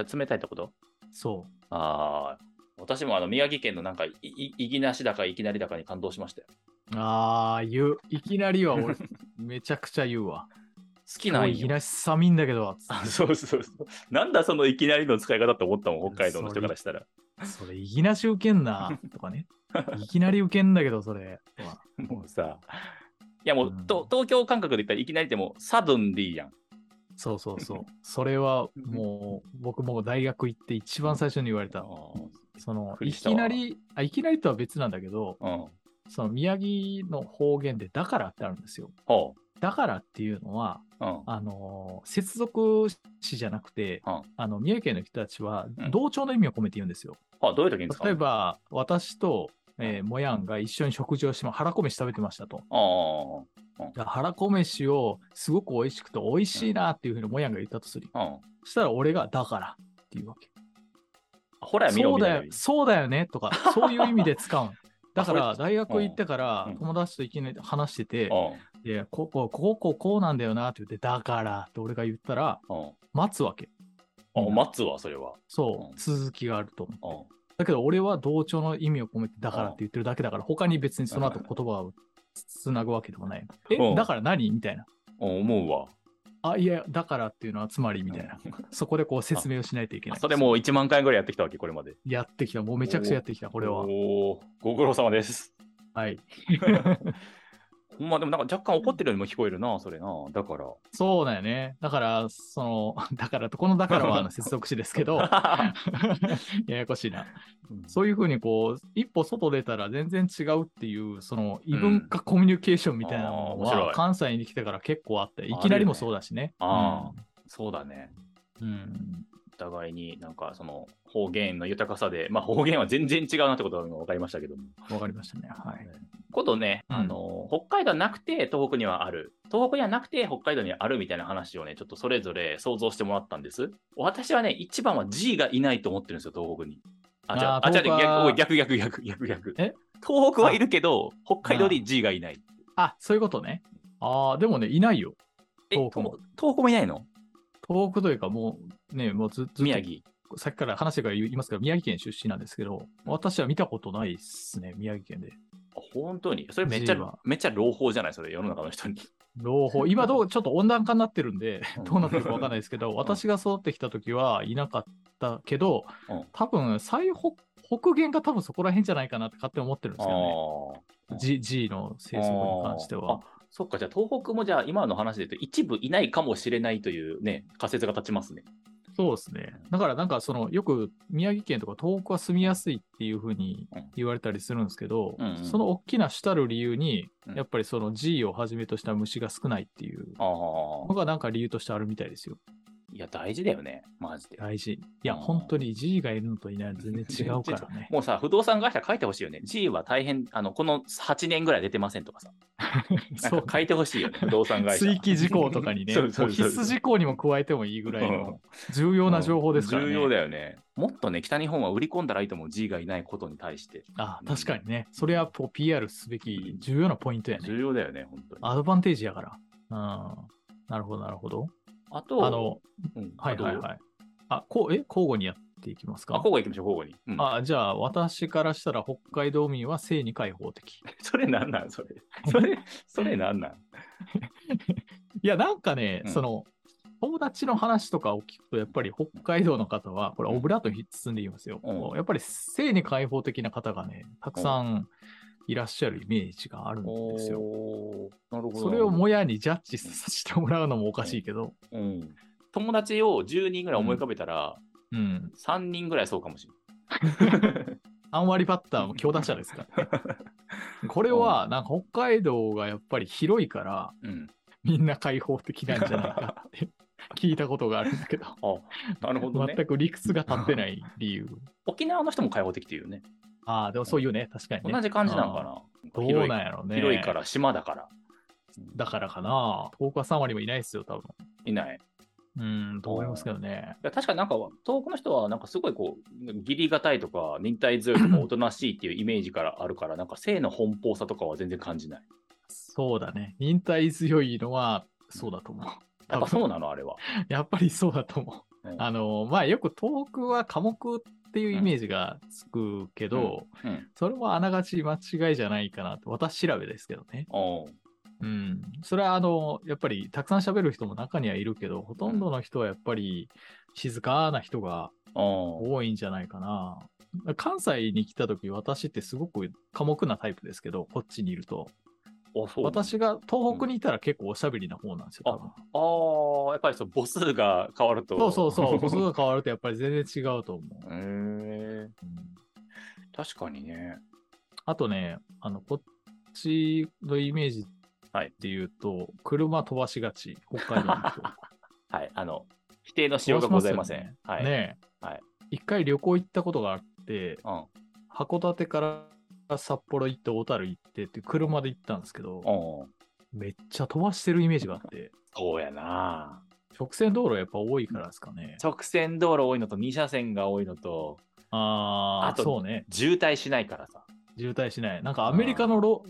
Speaker 1: て。
Speaker 2: 冷たいってこと
Speaker 1: そ
Speaker 2: ああ、私もあの宮城県のなんかい、いいぎなしだかいきなりだかに感動しましたよ。
Speaker 1: う。ああ、言う。いきなりは
Speaker 2: *laughs*
Speaker 1: 俺、めちゃくちゃ言うわ。
Speaker 2: 好き
Speaker 1: 今
Speaker 2: な
Speaker 1: 日
Speaker 2: ん
Speaker 1: いき
Speaker 2: よ。
Speaker 1: なり寒いんだけど、つっ
Speaker 2: *laughs* あそうそうそう。なんだそのいきなりの使い方って思ったもん、北海道の人からしたら。
Speaker 1: てそれ、いきなし受けんな、とか
Speaker 2: *laughs*
Speaker 1: ね。いきなり受けんだけど、それ。とか
Speaker 2: もうさ。いやもう、
Speaker 1: うん
Speaker 2: と東京感覚で言ったらいきなりでもサドンディやん。
Speaker 1: そうそう
Speaker 2: *laughs*
Speaker 1: そう。それはもう、僕も大学行って一番最初に言われ
Speaker 2: あ
Speaker 1: た。
Speaker 2: ー
Speaker 1: そ
Speaker 2: びっ
Speaker 1: の、
Speaker 2: く
Speaker 1: い
Speaker 2: りしたわ
Speaker 1: きなり、あ、いきなりとは別なんだけど、
Speaker 2: うん。
Speaker 1: その宮城の方言で、だからってあるんですよ。
Speaker 2: ほ
Speaker 1: だからっていうのは、
Speaker 2: う。うん。
Speaker 1: あのー接続詞じゃなくて、
Speaker 2: うん
Speaker 1: あの、宮城県の人たちは
Speaker 2: うん、
Speaker 1: 同調の意味を込めて言うんですよ。
Speaker 2: あ、どういう時に使う
Speaker 1: 例
Speaker 2: の
Speaker 1: え。ば、私と、えーもやんが一緒に食事をしても、腹こ飯食べてましたと。
Speaker 2: あー
Speaker 1: だから腹こ飯をすごく美味しくて、美味しいなっていうふうにもやんが言ったとする。
Speaker 2: うん。
Speaker 1: そしたら、俺が、だからっていうわけ。
Speaker 2: ほら、見ろ
Speaker 1: そう
Speaker 2: みたい
Speaker 1: だ
Speaker 2: な
Speaker 1: よ、そうだよね
Speaker 2: *laughs*
Speaker 1: とか、そういう意味で使うん。だか
Speaker 2: あ
Speaker 1: ら、
Speaker 2: そ
Speaker 1: 大学行ってか
Speaker 2: う
Speaker 1: ら
Speaker 2: ん、
Speaker 1: 友達といきなり話してて、
Speaker 2: うん
Speaker 1: で、こうこう、こう、こう、こうなんだよなって言って、だからって俺が言ったら、
Speaker 2: うん。
Speaker 1: 待つわけ。
Speaker 2: あ、待つわ、それは。
Speaker 1: そうう、
Speaker 2: ん
Speaker 1: 続きがあると思う。
Speaker 2: うん。
Speaker 1: だけど、俺は同調の意味を込めて、だからって言ってるだけだから、他に別にその後
Speaker 2: うん
Speaker 1: 言葉をつなぐわけでもない。
Speaker 2: うん
Speaker 1: え、だから何みたいな。
Speaker 2: うん思うわ。
Speaker 1: あ、いや、だからっていうのはつまりみたいな。そこでこう説明をしないといけな
Speaker 2: あ
Speaker 1: い。
Speaker 2: それもう1万回ぐらいやってきたわけ、これまで。
Speaker 1: やってきた。もうめちゃくちゃやってきた、これは。
Speaker 2: おお、ご苦労様です。
Speaker 1: はい。
Speaker 2: ほんまでもなんか若干怒ってるようにも聞こえるな、それな。だから。
Speaker 1: そうだよね。だから、その、 *laughs* だからと、このだから
Speaker 2: *laughs*
Speaker 1: はあの接続詞ですけど、 *laughs* ややこしいな。そういうふうに、こう、一歩外出たら全然違うっていう、その異文化コミュニケーションみたいなの
Speaker 2: あー面
Speaker 1: は、
Speaker 2: 白い
Speaker 1: 関西に来てから結構あって、
Speaker 2: る
Speaker 1: い
Speaker 2: よね
Speaker 1: きなりもそうだしね。
Speaker 2: ああ、そうだね。
Speaker 1: うんうん。
Speaker 2: お互いになんかその方言の豊かさで、まあ方言は全然違うなってことが分かりましたけども。
Speaker 1: わかりましたね。はい。
Speaker 2: 今度ね、
Speaker 1: うん
Speaker 2: あの、北海道はなくて東北にはある。東北にはなくて北海道にはあるみたいな話をね、ちょっとそれぞれ想像してもらったんです。私はね、一番は G がいないと思ってるんですよ、東北に。あ、じゃあ、
Speaker 1: あー
Speaker 2: あ、じゃあ
Speaker 1: 東北は
Speaker 2: 逆、逆、逆、逆、逆、逆。
Speaker 1: え
Speaker 2: 東北はいるけど、北海道に G がいない。
Speaker 1: あ、そういうことね。ああ、でもね、いないよ。
Speaker 2: え、
Speaker 1: 東
Speaker 2: 東
Speaker 1: 北も
Speaker 2: 東北もいないの
Speaker 1: 東北というか、もう、ね、もうずずっと、
Speaker 2: 宮城。
Speaker 1: さっきから話してから言いますけど、宮城県出身なんですけど、私は見たことないっすね、宮城県で。
Speaker 2: 本当にそれめっちゃ
Speaker 1: G は、
Speaker 2: めっちゃ朗報じゃないそれ、世の中の人に。
Speaker 1: 朗
Speaker 2: *laughs*
Speaker 1: 報、今どう、ちょっと温暖化になってるんで
Speaker 2: うん、
Speaker 1: どうなってるかわかんないですけど、私が育ってきた時はいなかったけど
Speaker 2: うん、
Speaker 1: 多分最北、北限が多分そこら辺じゃないかなって勝手に思ってるんですけどね。
Speaker 2: あー
Speaker 1: G, G の生息に関して
Speaker 2: あ
Speaker 1: は。
Speaker 2: ー。そっか、じゃあ東北もじゃあ今の話で言うと一部いないかもしれないというね、仮説が立ちますね。
Speaker 1: そうですね。だからなんかその、よく宮城県とか東北は住みやすいっていうふうに言われたりするんですけど
Speaker 2: うんうん、
Speaker 1: その大きな主たる理由に
Speaker 2: うん、
Speaker 1: やっぱりその G をはじめとした虫が少ないっていう
Speaker 2: ああ。
Speaker 1: のがなんか理由としてあるみたいですよ。
Speaker 2: いや、大事だよね。マジで。
Speaker 1: 大事。いや、本当に G がいるのといないの全然違うから
Speaker 2: *laughs*
Speaker 1: ね。
Speaker 2: もうさ、不動産会社書いてほしいよね。G は大変、あの、この8年ぐらい出てませんとかさ。
Speaker 1: そ
Speaker 2: なん
Speaker 1: う
Speaker 2: か。書いてほしいよね。不動産会社。
Speaker 1: 追記事項とかにね、
Speaker 2: *laughs* そう
Speaker 1: も
Speaker 2: そううそ
Speaker 1: 必
Speaker 2: う
Speaker 1: 須事項にも加えてもいいぐらい
Speaker 2: うん
Speaker 1: の重要な情報ですからね。
Speaker 2: 重要だよね。もっとね、北日本は売り込んだらいいと思う。G がいないことに対して。
Speaker 1: あ確かにね。それはこう PR すべき重要なポイントやね。
Speaker 2: 重要だよね、本当に。あ
Speaker 1: アドバンテージやから。うん。なるほど、なるほど。
Speaker 2: と、
Speaker 1: あの、
Speaker 2: うん、
Speaker 1: はいはい
Speaker 2: い。
Speaker 1: はい。あ、こう、え、交互にやっていきますか
Speaker 2: あ、交。互行きましょう、交互に。うん、
Speaker 1: あ、じゃあ、私からしたら北海道民は性に開放的。
Speaker 2: *laughs* それなんなん、それ。それ、それなんなん。
Speaker 1: いや、なんかね、
Speaker 2: うん
Speaker 1: その、友達の話とかを聞くと、やっぱり北海道の方は、これ、
Speaker 2: うん
Speaker 1: オブラートに包んでいますよ。
Speaker 2: うん
Speaker 1: やっぱり性に開放的な方がね、たくさんいらっしゃるイメージがあるん *laughs* ですよ。
Speaker 2: おーなるほど。
Speaker 1: それをもやにジャッジさせてもらうのもおかしいけど、
Speaker 2: うん、友達を10人ぐらい思い浮かべたら、
Speaker 1: うん、
Speaker 2: 3人ぐらいそうかもしれない。
Speaker 1: 3割バッターも強打者です
Speaker 2: *laughs*
Speaker 1: から、ね。これは、なんか北海道がやっぱり広いから、
Speaker 2: うん、
Speaker 1: みんな開放的なんじゃないかって
Speaker 2: *laughs*
Speaker 1: 聞いたことがあるんだけど、
Speaker 2: あなるほどね
Speaker 1: 全。く理屈が立ってない理由。
Speaker 2: 沖縄の人も開放的っていうね。
Speaker 1: ああ、でもそういうね、確かにね。
Speaker 2: 同じ感じなのか
Speaker 1: あ
Speaker 2: な。
Speaker 1: ど
Speaker 2: 広
Speaker 1: う
Speaker 2: い
Speaker 1: なんやろうね。
Speaker 2: 広いから、島だから。
Speaker 1: だからかな。遠くは3割もいないですよ、多分。
Speaker 2: いない。
Speaker 1: うん、と思いますけどね。
Speaker 2: いや確かになんか遠くの人はなんかすごいこう義理がたいとか忍耐強いとかおとなしいっていうイメージからあるからなんか性の奔放さとかは全然感じない。
Speaker 1: そうだね。忍耐強いのは、そうだと *laughs* 思う。
Speaker 2: やっぱそうなのあれは。
Speaker 1: やっぱりそうだと思う。
Speaker 2: うん
Speaker 1: あの、まあ、よく遠くは寡黙っていうイメージがつくけど、
Speaker 2: うん、
Speaker 1: それはあながち間違いじゃないかなと、私調べですけどね。
Speaker 2: おう
Speaker 1: うん。それは、あの、やっぱりたくさん喋る人も中にはいるけど、ほとんどの人はやっぱり静かな人が
Speaker 2: おう
Speaker 1: 多いんじゃないかな。関西に来た時私ってすごく寡黙なタイプですけど、こっちにいると。
Speaker 2: おそう
Speaker 1: 私が東北にいたら結構おしゃべりな方なんですよ、多分。
Speaker 2: ああやっぱりそう母数が変わると。
Speaker 1: そうそう
Speaker 2: *laughs*
Speaker 1: そう、歩数が変わるとやっぱり全然違うと思う。
Speaker 2: へー
Speaker 1: うん
Speaker 2: 確かにね。
Speaker 1: あとね、あの、こっちのイメージっていうと、車飛ばしがち、北海道の人。
Speaker 2: *laughs* はい、あの、否定のしようがございません。
Speaker 1: 飛ばしま
Speaker 2: は
Speaker 1: す
Speaker 2: い、
Speaker 1: よねえ
Speaker 2: はい
Speaker 1: 一回旅行行ったことがあって、
Speaker 2: うん。うん。
Speaker 1: 函館から札幌行って、小樽行ってって、車で行ったんですけど、めっちゃ飛ばしてるイメージがあって、
Speaker 2: そうやな。
Speaker 1: 直線道路やっぱ多いからですかね。
Speaker 2: 直線道路多いのと、2車線が多いのと、
Speaker 1: ああ、
Speaker 2: あと
Speaker 1: そうね。
Speaker 2: 渋滞しないから *laughs* さ。
Speaker 1: 渋滞しない。なんかアメリカのロ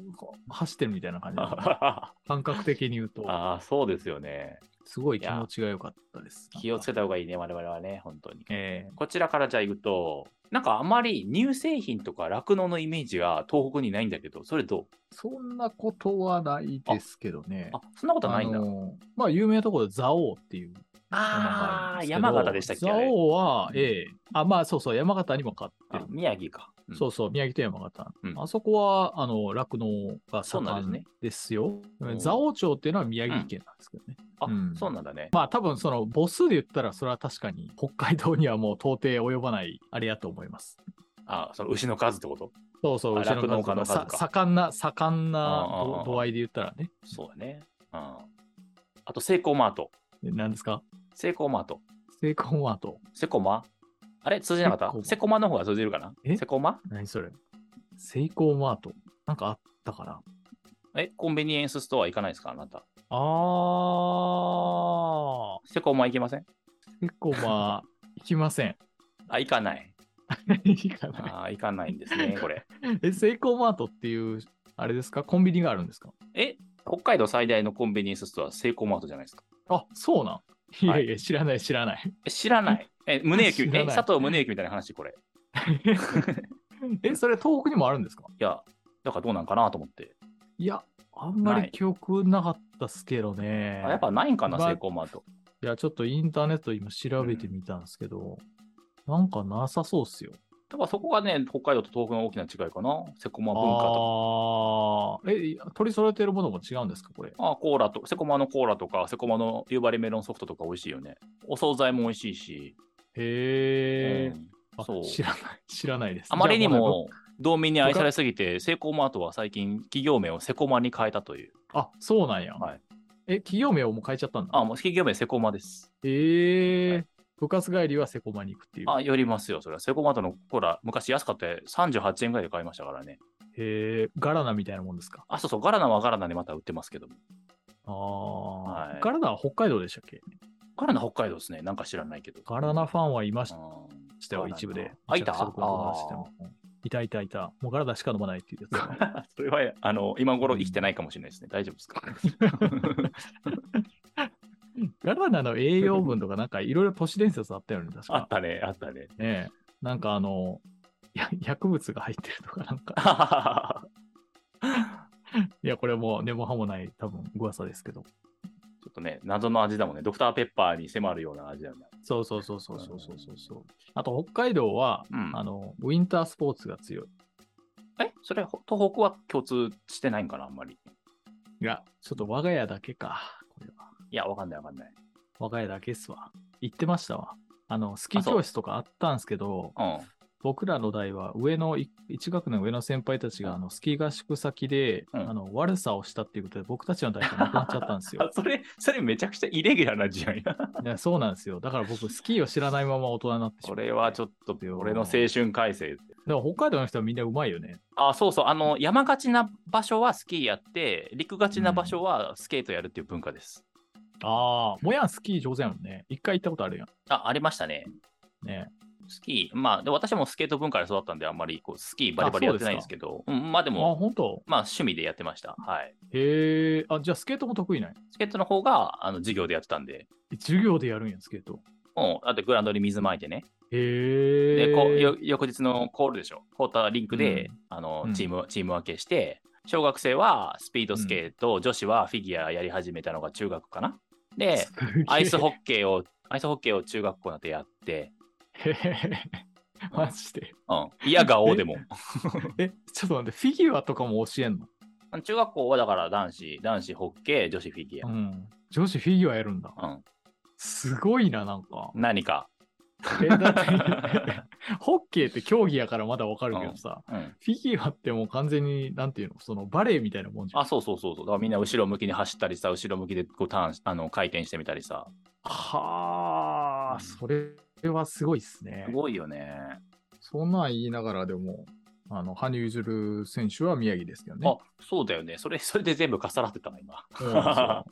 Speaker 1: 走ってるみたいな感じだ
Speaker 2: *laughs*
Speaker 1: ね、
Speaker 2: あ
Speaker 1: 感覚的に言うと、
Speaker 2: あ、そうですよね。
Speaker 1: すごい気持ちが良かったです。
Speaker 2: 気をつけ
Speaker 1: て。
Speaker 2: た方がいいね、我々はね、本当に。
Speaker 1: え
Speaker 2: こちらからじゃあ行くと、なんかあまり乳製品とか酪農のイメージが東北にないんだけど、それどう
Speaker 1: ーそんなことはないですけどね。
Speaker 2: あ、そんなことないんだ
Speaker 1: あ。のーまあ、有名なところで蔵王っていう
Speaker 2: ああー、
Speaker 1: 名前な
Speaker 2: 山
Speaker 1: ん
Speaker 2: 形ですした
Speaker 1: 蔵
Speaker 2: っけあれ
Speaker 1: 王は、
Speaker 2: うん
Speaker 1: ええあ、まあそうそう、山形にも買って
Speaker 2: あ
Speaker 1: る。
Speaker 2: 宮城か。うん
Speaker 1: そうそう、宮城と山形。
Speaker 2: うん
Speaker 1: あそこは、あの、酪農が
Speaker 2: そうな
Speaker 1: 盛
Speaker 2: んですね
Speaker 1: んですよ。
Speaker 2: うん
Speaker 1: 蔵王町っていうのは宮城県なんですけどね。
Speaker 2: あ、
Speaker 1: うん
Speaker 2: そうなんだね。
Speaker 1: まあ多分その母数で言ったらそれは確かに北海道にはもう到底及ばないあれやと思います。
Speaker 2: あ、その牛の数ってこと
Speaker 1: そうそう、
Speaker 2: あ
Speaker 1: うちの
Speaker 2: 酪農家の数
Speaker 1: さ
Speaker 2: か
Speaker 1: 盛んな、盛んな
Speaker 2: あーあーあ
Speaker 1: 度
Speaker 2: ー
Speaker 1: 度合いで言ったらね。
Speaker 2: そうだね。うん。あと、セイコーマート。
Speaker 1: 何ですか
Speaker 2: セイコーマート。
Speaker 1: セイコンワート。
Speaker 2: セコマあれ通じなかった
Speaker 1: セ
Speaker 2: セコマの方が通じるかな
Speaker 1: え
Speaker 2: セコマ
Speaker 1: 何それセイコンワート。なんかあったかな
Speaker 2: え、コンビニエンスストア行かないですかあなた。
Speaker 1: あ
Speaker 2: セコマ行きません
Speaker 1: ー、セコマ、 *laughs* 行きません。
Speaker 2: あ、行かない。
Speaker 1: いいかな *laughs*
Speaker 2: あー行かないんですね、これ。
Speaker 1: え、セイコーマートっていう、あれですかコンビニがあるんですか
Speaker 2: え、北海道最大のコンビニエンスストア、セイコーマートじゃないですか。
Speaker 1: あ、そうなん。いやいや、知らない、知らない。
Speaker 2: え知らない。え、胸
Speaker 1: 知
Speaker 2: 駅、
Speaker 1: ら
Speaker 2: え、
Speaker 1: ない
Speaker 2: 佐藤胸駅みたいな話、これ。
Speaker 1: え、それ東北にもあるんですか
Speaker 2: いや、だからどうなんかなと思って。
Speaker 1: いや、あんま
Speaker 2: な
Speaker 1: り
Speaker 2: い
Speaker 1: 記憶なかったっすけどね。
Speaker 2: あやっぱないんかな、
Speaker 1: まあ
Speaker 2: セイコーマート。
Speaker 1: いや、ちょっとインターネット今調べてみたんですけど、なんかなさそうっすよ。
Speaker 2: だからそこがね、北海道と東北の大きな違いかな。セコマ文化とか。
Speaker 1: ああー、え、取り揃えてるものも違うんですか、これ。
Speaker 2: ああ、コーラと、セコマのコーラとか、セコマの夕張メロンソフトとか美味しいよね。お惣菜も美味しいし、
Speaker 1: へえ
Speaker 2: う、ん
Speaker 1: あ
Speaker 2: そう
Speaker 1: 知らない、 *laughs* 知らないです。
Speaker 2: あまりに
Speaker 1: じゃあもうね
Speaker 2: も道民に愛されすぎて、セイコーマートは最近企業名をセコマに変えたという。
Speaker 1: あ、そうなんや。
Speaker 2: はい
Speaker 1: え、企業名をもう変えちゃったんだ。
Speaker 2: あ、もう企業名セコマです。
Speaker 1: ええ
Speaker 2: は
Speaker 1: 部活帰りはセコマに行くっていう。
Speaker 2: あ、寄りますよ、それは。セコマとのコーラ、昔安かったよ38円ぐらいで買いましたからね。
Speaker 1: へえ、ガラナみたいなもんですか。
Speaker 2: あ、そうそう、ガラナはガラナでまた売ってますけども。
Speaker 1: ああ、
Speaker 2: はい
Speaker 1: ガラナは北海道でしたっけ
Speaker 2: ガラナ北海道ですね、なんか知らないけど。
Speaker 1: ガラナファンはいまし
Speaker 2: うん
Speaker 1: た
Speaker 2: そ
Speaker 1: よ、
Speaker 2: うなんだ
Speaker 1: 一部で。
Speaker 2: あいた
Speaker 1: めちゃくちゃ僕の友達でもいたいたいた。もうガラナしか飲まないっていう *laughs* や
Speaker 2: *laughs* それは、あの、今頃生きてないかもしれないですね。大丈夫 *laughs* ですか
Speaker 1: つ。ガラナの栄養分とかなんかいろいろ都市伝 *laughs* 説あったよね、確
Speaker 2: あ
Speaker 1: か
Speaker 2: っ。たね、あったね。 *laughs*
Speaker 1: ねえなんかあの、や薬物が入ってるとかなんか。 *laughs* いや、これもう根も葉もない多分噂ですけど。
Speaker 2: ちょっとね、謎の味だもんね。ドクターペッパーに迫るような味だよね。
Speaker 1: そうそうそうそうそうそうそうそう。あと北海道は、
Speaker 2: うん
Speaker 1: あの、ウィンタースポーツが強い。
Speaker 2: え、それ、ほ東北は共通してないんかな、あんまり。
Speaker 1: いや、ちょっと我が家だけか。これはい
Speaker 2: や、わかんない、わかんない。
Speaker 1: 我が家だけっすわ。行ってましたわ。あの、スキー教室とかあったんすけど、
Speaker 2: うん。
Speaker 1: 僕らの代は上の、い一学年上の先輩たちが、
Speaker 2: うん
Speaker 1: あの、スキー合宿先で、
Speaker 2: うん
Speaker 1: あの、悪さをしたっていうことで、僕たちの代がなくなっちゃったんですよ
Speaker 2: *laughs* あ。それ、それめちゃくちゃイレギュラーな事案や。
Speaker 1: いやそうなんですよ。だから僕、スキーを知らないまま大人になってしま
Speaker 2: こ
Speaker 1: って。
Speaker 2: れはちょっと、俺の青春改正。
Speaker 1: でも北海道の人はみんなうまいよね。
Speaker 2: あ、そうそう、あの、山がちな場所はスキーやって、陸がちな場所はスケートやるっていう文化です。
Speaker 1: ああ、もやんスキー上手やもんね。一回行ったことあるやん。
Speaker 2: あ、ありましたね。
Speaker 1: ね
Speaker 2: スキー、まあ、で私もスケート文化で育ったんで、あんまりこうスキーバリバリやってないんですけど、うん、まあで
Speaker 1: あ、
Speaker 2: も、
Speaker 1: 本当
Speaker 2: まあ趣味でやってました。はい。
Speaker 1: へえ、あ、じゃあスケートも得意ない
Speaker 2: スケートの方が、あの、授業でやってたんで、
Speaker 1: 授業でやるんや、スケート。
Speaker 2: うん、あとグラウンドに水まいてね、
Speaker 1: へえ。
Speaker 2: でこうよ翌日のコールでしょ、コーターリンクで、
Speaker 1: うん
Speaker 2: あの
Speaker 1: うん
Speaker 2: チームチーム分けして、小学生はスピードスケート、女子はフィギュアやり始めたのが中学かな。で、
Speaker 1: すげえ
Speaker 2: アイスホッケーを、アイスホッケーを中学校になってやって、
Speaker 1: へへへ *laughs* マジで。
Speaker 2: うん、嫌がおうでも。
Speaker 1: え、ちょっと待って、フィギュアとかも教えんの
Speaker 2: 中学校はだから男子、男子ホッケー、女子フィギュ
Speaker 1: うん。女子フィギュアやるんだ。
Speaker 2: ア。うん、
Speaker 1: すごいな、なんか。
Speaker 2: 何か、
Speaker 1: *laughs* え、だって、ホッケーって競技やからまだわかるけどさ、
Speaker 2: うん。
Speaker 1: フィギュアってもう完全に、なんていうの、そのバレエみたいなもんじゃん。
Speaker 2: あ、そうそうそうそう。だからみんな後ろ向きに走ったりさ、後ろ向きでこうターンしあの回転してみたりさ。
Speaker 1: はあ、それはすごいっすね
Speaker 2: す。ごいよね。
Speaker 1: そんなん言いながらでも、あの羽生結弦選手は宮城ですけどね。
Speaker 2: あ、そうだよね。それ、それで全部重なってたの、今。
Speaker 1: そう *laughs* なんですよ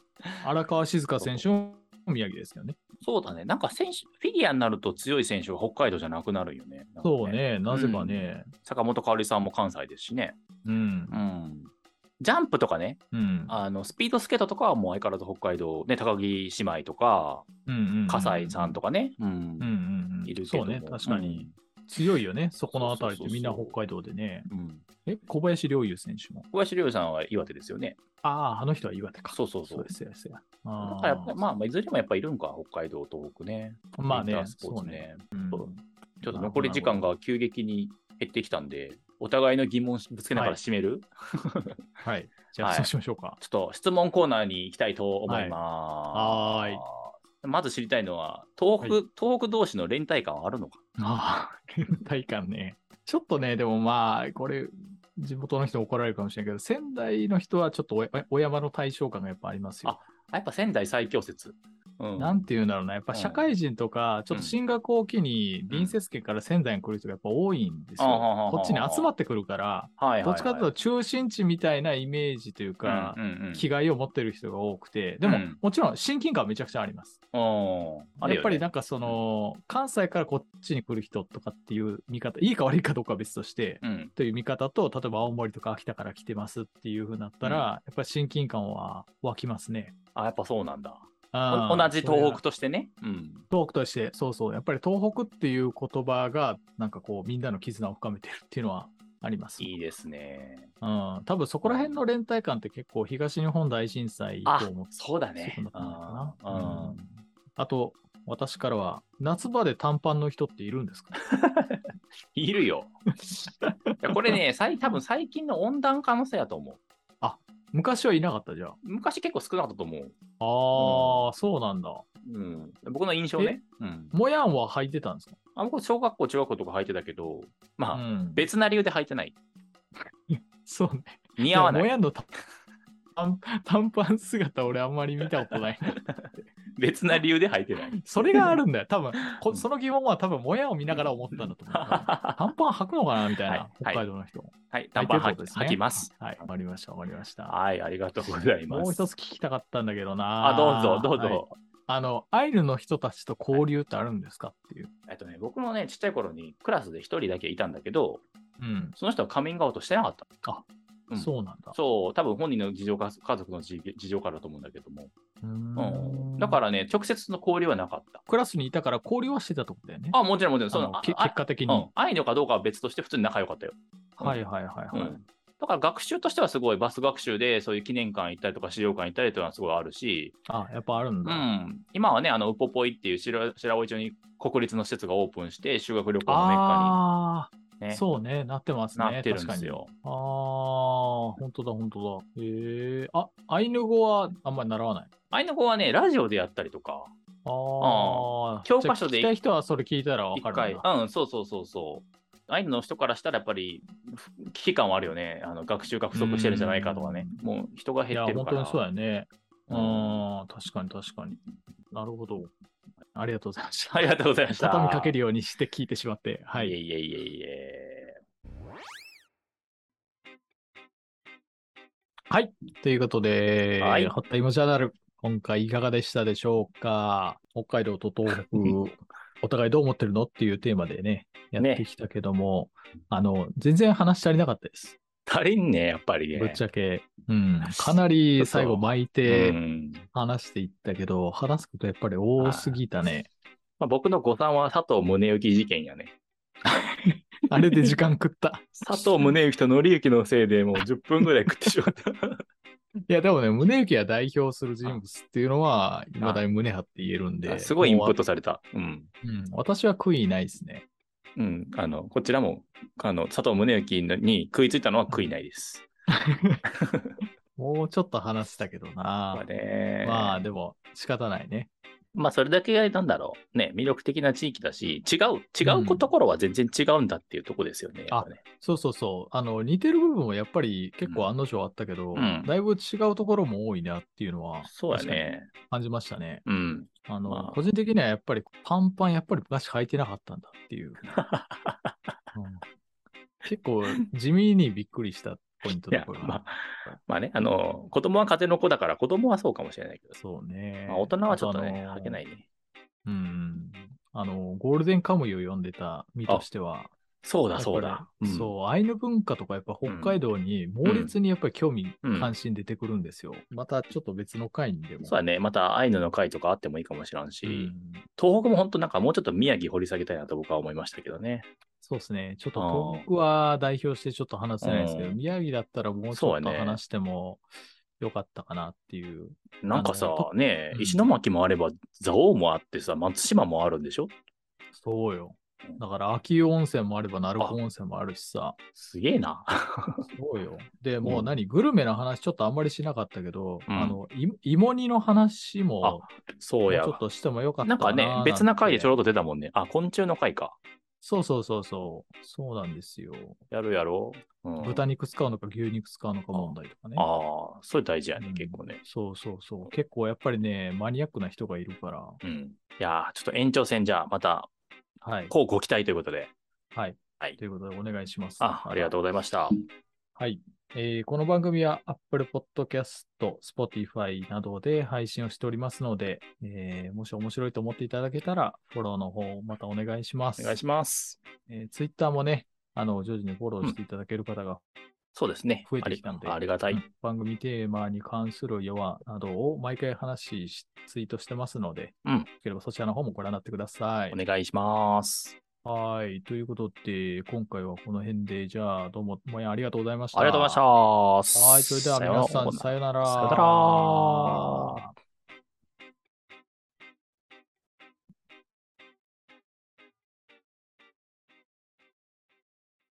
Speaker 1: 荒川静香選手も宮城ですけどね。
Speaker 2: そうだね。なんか選手、フィギュアになると強い選手が北海道じゃなくなるよね。なんか
Speaker 1: そう。ね、なぜかね。
Speaker 2: 坂本香織さんも関西ですしね。
Speaker 1: うん
Speaker 2: う。ん。ジャンプとかね、
Speaker 1: うん。
Speaker 2: あのスピードスケートとかはもう相変わらず北海道、ね、高木姉妹とか、
Speaker 1: うん
Speaker 2: 葛西さんと
Speaker 1: か。
Speaker 2: かね、うん
Speaker 1: うんうんうん。
Speaker 2: いるけど
Speaker 1: そ
Speaker 2: も
Speaker 1: うね、確かに。。強いよね、そこのあたりっ
Speaker 2: そうそうそう
Speaker 1: て
Speaker 2: そう
Speaker 1: みんな北海道でね。
Speaker 2: うんうん
Speaker 1: え、小林陵侑選手も。
Speaker 2: 小林陵さんは岩手ですよね。
Speaker 1: ああ、あの人は岩手か。
Speaker 2: そうそうそう。
Speaker 1: ですよ、そうですよ。
Speaker 2: だ
Speaker 1: あ
Speaker 2: からやっぱ
Speaker 1: あ
Speaker 2: り、まあまあ、いずれもやっぱいるんか、北海道、東北ね。
Speaker 1: まあ
Speaker 2: ウィン
Speaker 1: ね
Speaker 2: ター、スポー
Speaker 1: そうね。
Speaker 2: ツね。
Speaker 1: うん
Speaker 2: そうちょっと残り時間が急激に減ってきたんで、お互いの疑問ぶつけながら締める、
Speaker 1: はい。じゃあ、
Speaker 2: はい
Speaker 1: そうしましょうか。
Speaker 2: ちょっと質問コーナーに行きたいと思います。
Speaker 1: はいは
Speaker 2: まず知りたいのは、東北、
Speaker 1: は
Speaker 2: 東北同士の連帯感はあるのか
Speaker 1: ああ、連 *laughs* 帯感ね。ちょっとね、でもまあ、これ、地元の人怒られるかもしれないけど、仙台の人はちょっとおやお山の対象感がやっぱありますよ。
Speaker 2: あやっぱ仙台最強説。うん、
Speaker 1: なんていうんだろうな、やっぱ
Speaker 2: うん
Speaker 1: 社会人とか、ちょっと進学を機に隣接県から仙台に来る人がやっぱ多いんですよ。
Speaker 2: うんあははは
Speaker 1: こっちに集まってくるから、
Speaker 2: はいはいはい
Speaker 1: どっちかというと中心地みたいなイメージというか、
Speaker 2: うんうんうん
Speaker 1: 気概を持ってる人が多くて、でも、
Speaker 2: うん
Speaker 1: もちろん親近感はめちゃくちゃあります。
Speaker 2: うんあるよね
Speaker 1: やっぱりなんかその、関西からこっちに来る人とかっていう見方、いいか悪いかどうかは別として、
Speaker 2: うん
Speaker 1: という見方と、例えば青森とか秋田から来てますっていう風になったら、
Speaker 2: うん
Speaker 1: やっぱり親近感は湧きますね。
Speaker 2: あ、やっぱそうなんだ。
Speaker 1: あ
Speaker 2: お
Speaker 1: ー
Speaker 2: 同じ
Speaker 1: それ
Speaker 2: 東
Speaker 1: が
Speaker 2: 北としてね。うん。
Speaker 1: 東北として、そうそう、やっぱり東北っていう言葉が、なんかこう、みんなの絆を深めてるっていうのはあります。
Speaker 2: いいですね。
Speaker 1: うん、多分そこら辺の連帯感って結構東日本大震災以
Speaker 2: あ
Speaker 1: 降も、
Speaker 2: そうだ
Speaker 1: そう
Speaker 2: ね
Speaker 1: いう。ことなんだ
Speaker 2: う
Speaker 1: ろうな。うんんあと、私からは、夏場で短パンの人っているんですか *laughs*
Speaker 2: いるよ。いやこれ
Speaker 1: *laughs*
Speaker 2: ね、最多分最近の温暖化のせいやと思う。
Speaker 1: 昔はいなかったじゃん。
Speaker 2: 昔結構少なかったと思う。
Speaker 1: ああ、そうなんだ。
Speaker 2: うん、僕の印象ね。うん、
Speaker 1: もやんは履いてたんですか、
Speaker 2: あ僕、小学校、中学校とか履いてたけど、まあ、
Speaker 1: うん
Speaker 2: 別な理由で履いてない。
Speaker 1: そうね。
Speaker 2: 似合わ
Speaker 1: でもも
Speaker 2: ない。
Speaker 1: やんのた *laughs* 短短パン姿俺あんまり見たことない。
Speaker 2: 別な理由で履いてない。
Speaker 1: それがあるんだよ。多分
Speaker 2: う
Speaker 1: こ
Speaker 2: ん
Speaker 1: その疑問は多分、もやを見ながら思ったんだと思う。
Speaker 2: *laughs* *laughs* は
Speaker 1: 短パン履くのかなみたいな、
Speaker 2: はいはい
Speaker 1: 北海道の人。
Speaker 2: い、短パン
Speaker 1: 履い
Speaker 2: 履
Speaker 1: てるって
Speaker 2: き,、
Speaker 1: ことですね
Speaker 2: きます。
Speaker 1: はい、わかりました、わかりました。
Speaker 2: はい、ありがとうございます。
Speaker 1: もう一つ聞きたかったんだけどな。
Speaker 2: あ、どうぞ、どうぞ。
Speaker 1: はいあの、アイヌの人たちと交流ってあるんですかっていう。
Speaker 2: えっとね、僕もね、ちっちゃい頃にクラスで一人だけいたんだけど、
Speaker 1: うん、
Speaker 2: その人はカミングアウトしてなかった。うん
Speaker 1: そうなんだ。
Speaker 2: そう、多分本人の事情か、家族の事事情からだと思うんだけども。
Speaker 1: うー
Speaker 2: うん
Speaker 1: ん
Speaker 2: だからね、直接の交流はなかった。
Speaker 1: クラスにいたから交流はしてたってことだよね。
Speaker 2: あ、もちろん、もちろん、そ
Speaker 1: あ
Speaker 2: の
Speaker 1: の
Speaker 2: あ
Speaker 1: け
Speaker 2: あ
Speaker 1: 結果的
Speaker 2: うん
Speaker 1: に。、
Speaker 2: 愛のかどうかは別として普通に仲良かったよ。うん
Speaker 1: はいはいはいはい。
Speaker 2: うんだから学習としてはすごいバス学習でそういう記念館行ったりとか資料館行ったりとかはすごいあるし、
Speaker 1: あ、やっぱあるん
Speaker 2: う
Speaker 1: だ。
Speaker 2: ん、今はねあのウポポイっていう白白老町に国立の施設がオープンして修学旅行のメッカ
Speaker 1: ああ、
Speaker 2: に、ね、
Speaker 1: そうね、なってますね。
Speaker 2: なってるんですよ。
Speaker 1: 確かに。ああ、本当だ本当だ。ええあ、アイヌ語はあんまり習わない。
Speaker 2: アイヌ語はねラジオでやったりとか
Speaker 1: ああ、
Speaker 2: 教科書で
Speaker 1: じゃあ聞きたい人はそれ聞いたらわ
Speaker 2: 一
Speaker 1: かる
Speaker 2: 回
Speaker 1: んだ。
Speaker 2: うんそうそうそうそうアイヌの人からしたらやっぱりふ危機感はあるよねあの学習が不足してるんじゃないかとかね
Speaker 1: うん
Speaker 2: もう人が
Speaker 1: い
Speaker 2: 減
Speaker 1: や、
Speaker 2: ってる
Speaker 1: 本
Speaker 2: か
Speaker 1: 当
Speaker 2: ら
Speaker 1: にそうだよね。う
Speaker 2: うん
Speaker 1: ん、確かに確かに。なるほど。ありがとうございました。
Speaker 2: ありがとうございました
Speaker 1: 畳みかけるようにして聞いてしまって。はい
Speaker 2: え
Speaker 1: い。
Speaker 2: いえいえいえ
Speaker 1: ということで、
Speaker 2: はい
Speaker 1: ホッタイモジャーナル、今回いかがでしたでしょうか北海道と東北、
Speaker 2: *laughs*
Speaker 1: お互いどう思ってるのっていうテーマでね、やってきたけども、あの、全然話足りなかったです。
Speaker 2: 足りんねやっぱりね
Speaker 1: ぶっちゃけ。うん。かなり最後巻いて
Speaker 2: うん
Speaker 1: 話していったけど、話すことやっぱり多すぎたね。
Speaker 2: まあ、僕の誤算は佐藤宗行事件やね。
Speaker 1: あれで時間食
Speaker 2: *laughs*
Speaker 1: った。
Speaker 2: 佐藤宗行と紀之のせいでもう10分ぐらい食ってしまった。 *laughs*
Speaker 1: いや、でもね、宗行が代表する人物っていうのは、いまだに胸張って言えるん
Speaker 2: *laughs*
Speaker 1: で。
Speaker 2: すごいインプッ
Speaker 1: も
Speaker 2: トされた。うん。
Speaker 1: う。うん、私は悔いないですね。
Speaker 2: うん。あの、こちらも、あの、佐藤宗行に食いついたのは食いないです。
Speaker 1: もうちょっと話したけど
Speaker 2: まあ
Speaker 1: な。
Speaker 2: ね。
Speaker 1: まあ、でも仕方ないね。
Speaker 2: まあそれだけなんだろう。ね、魅力的な地域だし、違う、違うところは全然違うんだっていうとこですよね。やっぱね
Speaker 1: そうそうそう。あの、似てる部分はやっぱり結構案の定あったけど、
Speaker 2: うん
Speaker 1: だいぶ違うところも多いなっていうのは、
Speaker 2: そうやね。
Speaker 1: 感じましたね。
Speaker 2: うん。
Speaker 1: あの、
Speaker 2: まあ
Speaker 1: 個人的にはやっぱり短パンやっぱり昔履いてなかったんだって
Speaker 2: *laughs*
Speaker 1: いう。うん結構地味にびっくりしたポイント
Speaker 2: い
Speaker 1: だ
Speaker 2: や、
Speaker 1: これは
Speaker 2: まあ、まあね、あの、子供は風の子だから、子供はそうかもしれないけど、
Speaker 1: そうね。
Speaker 2: まあ、大人はちょっと
Speaker 1: あ
Speaker 2: ね、
Speaker 1: のー
Speaker 2: 履けないね。
Speaker 1: うん。あの、ゴールデンカムイを読んでた身としては、
Speaker 2: そう
Speaker 1: やっ
Speaker 2: だ、
Speaker 1: ぱり
Speaker 2: そうだ。うん
Speaker 1: そう、アイヌ文化とかやっぱ北海道に猛烈にやっぱり興味、
Speaker 2: うん
Speaker 1: 関心出てくるんですよ。またちょっと別の回にでも。
Speaker 2: そうだね、またアイヌの会とかあってもいいかもしらんし、
Speaker 1: うん
Speaker 2: 東北も本当なんかもうちょっと宮城掘り下げたいなと僕は思いましたけどね。
Speaker 1: そうですね。ちょっ
Speaker 2: あ
Speaker 1: と
Speaker 2: ー
Speaker 1: 東北は代表してちょっと話せないですけど、
Speaker 2: うん
Speaker 1: 宮城だったらもうち
Speaker 2: そう
Speaker 1: ょ
Speaker 2: や
Speaker 1: っと
Speaker 2: ね
Speaker 1: 話してもよかったかなっていう。
Speaker 2: なんか
Speaker 1: あ
Speaker 2: さ
Speaker 1: の、
Speaker 2: ねえ、
Speaker 1: うん
Speaker 2: 石巻もあれば蔵王もあってさ、松島もあるんでしょ
Speaker 1: そうよ。だから秋保温泉もあれば鳴子温泉もあるしさ。
Speaker 2: すげえな。 *laughs*
Speaker 1: そうよ。で、もううん何、グルメの話ちょっとあんまりしなかったけど、
Speaker 2: うん
Speaker 1: あの、い芋煮の話も、も
Speaker 2: そう
Speaker 1: うち
Speaker 2: や
Speaker 1: ょ。っとしてもよかった
Speaker 2: なんかね、別な回でちょ
Speaker 1: ろ
Speaker 2: ろっと出たもんね。あ、昆虫の回か。
Speaker 1: そうそうそうそう。そうなんですよ。
Speaker 2: やるやろう。うん、
Speaker 1: 豚肉使うのか牛肉使うのか問題とかね。
Speaker 2: ああ、それ大事や
Speaker 1: う
Speaker 2: ね
Speaker 1: ん、
Speaker 2: 結構ね。
Speaker 1: そうそうそう。結構やっぱりね、マニアックな人がいるから。
Speaker 2: うん。いやーちょっと延長戦じゃあ、また、
Speaker 1: はい。
Speaker 2: こうご期待ということで。
Speaker 1: はい。
Speaker 2: はい
Speaker 1: ということで、お願いします。
Speaker 2: あ、ありがとうございました。
Speaker 1: はい、えーこの番組は Apple Podcast、Spotify などで配信をしておりますので、えーもし面白いと思っていただけたら、フォローの方、またお願いします。
Speaker 2: お願いします。
Speaker 1: えー Twitter もね、あの、徐々にフォローしていただける方が
Speaker 2: そうですね。
Speaker 1: 増えてきたんで
Speaker 2: ありありがたい。
Speaker 1: 番組テーマに関する弱などを毎回話し、ツイートしてますので、
Speaker 2: うん
Speaker 1: よければそちらの方もご覧になってください
Speaker 2: お。願いします。
Speaker 1: はい。ということで、今回はこの辺で、じゃあ、どうも、もやんありがとうございました。
Speaker 2: ありがとうございました。
Speaker 1: はい。それでは皆さん、
Speaker 2: さよ
Speaker 1: さよなら。
Speaker 2: さよなら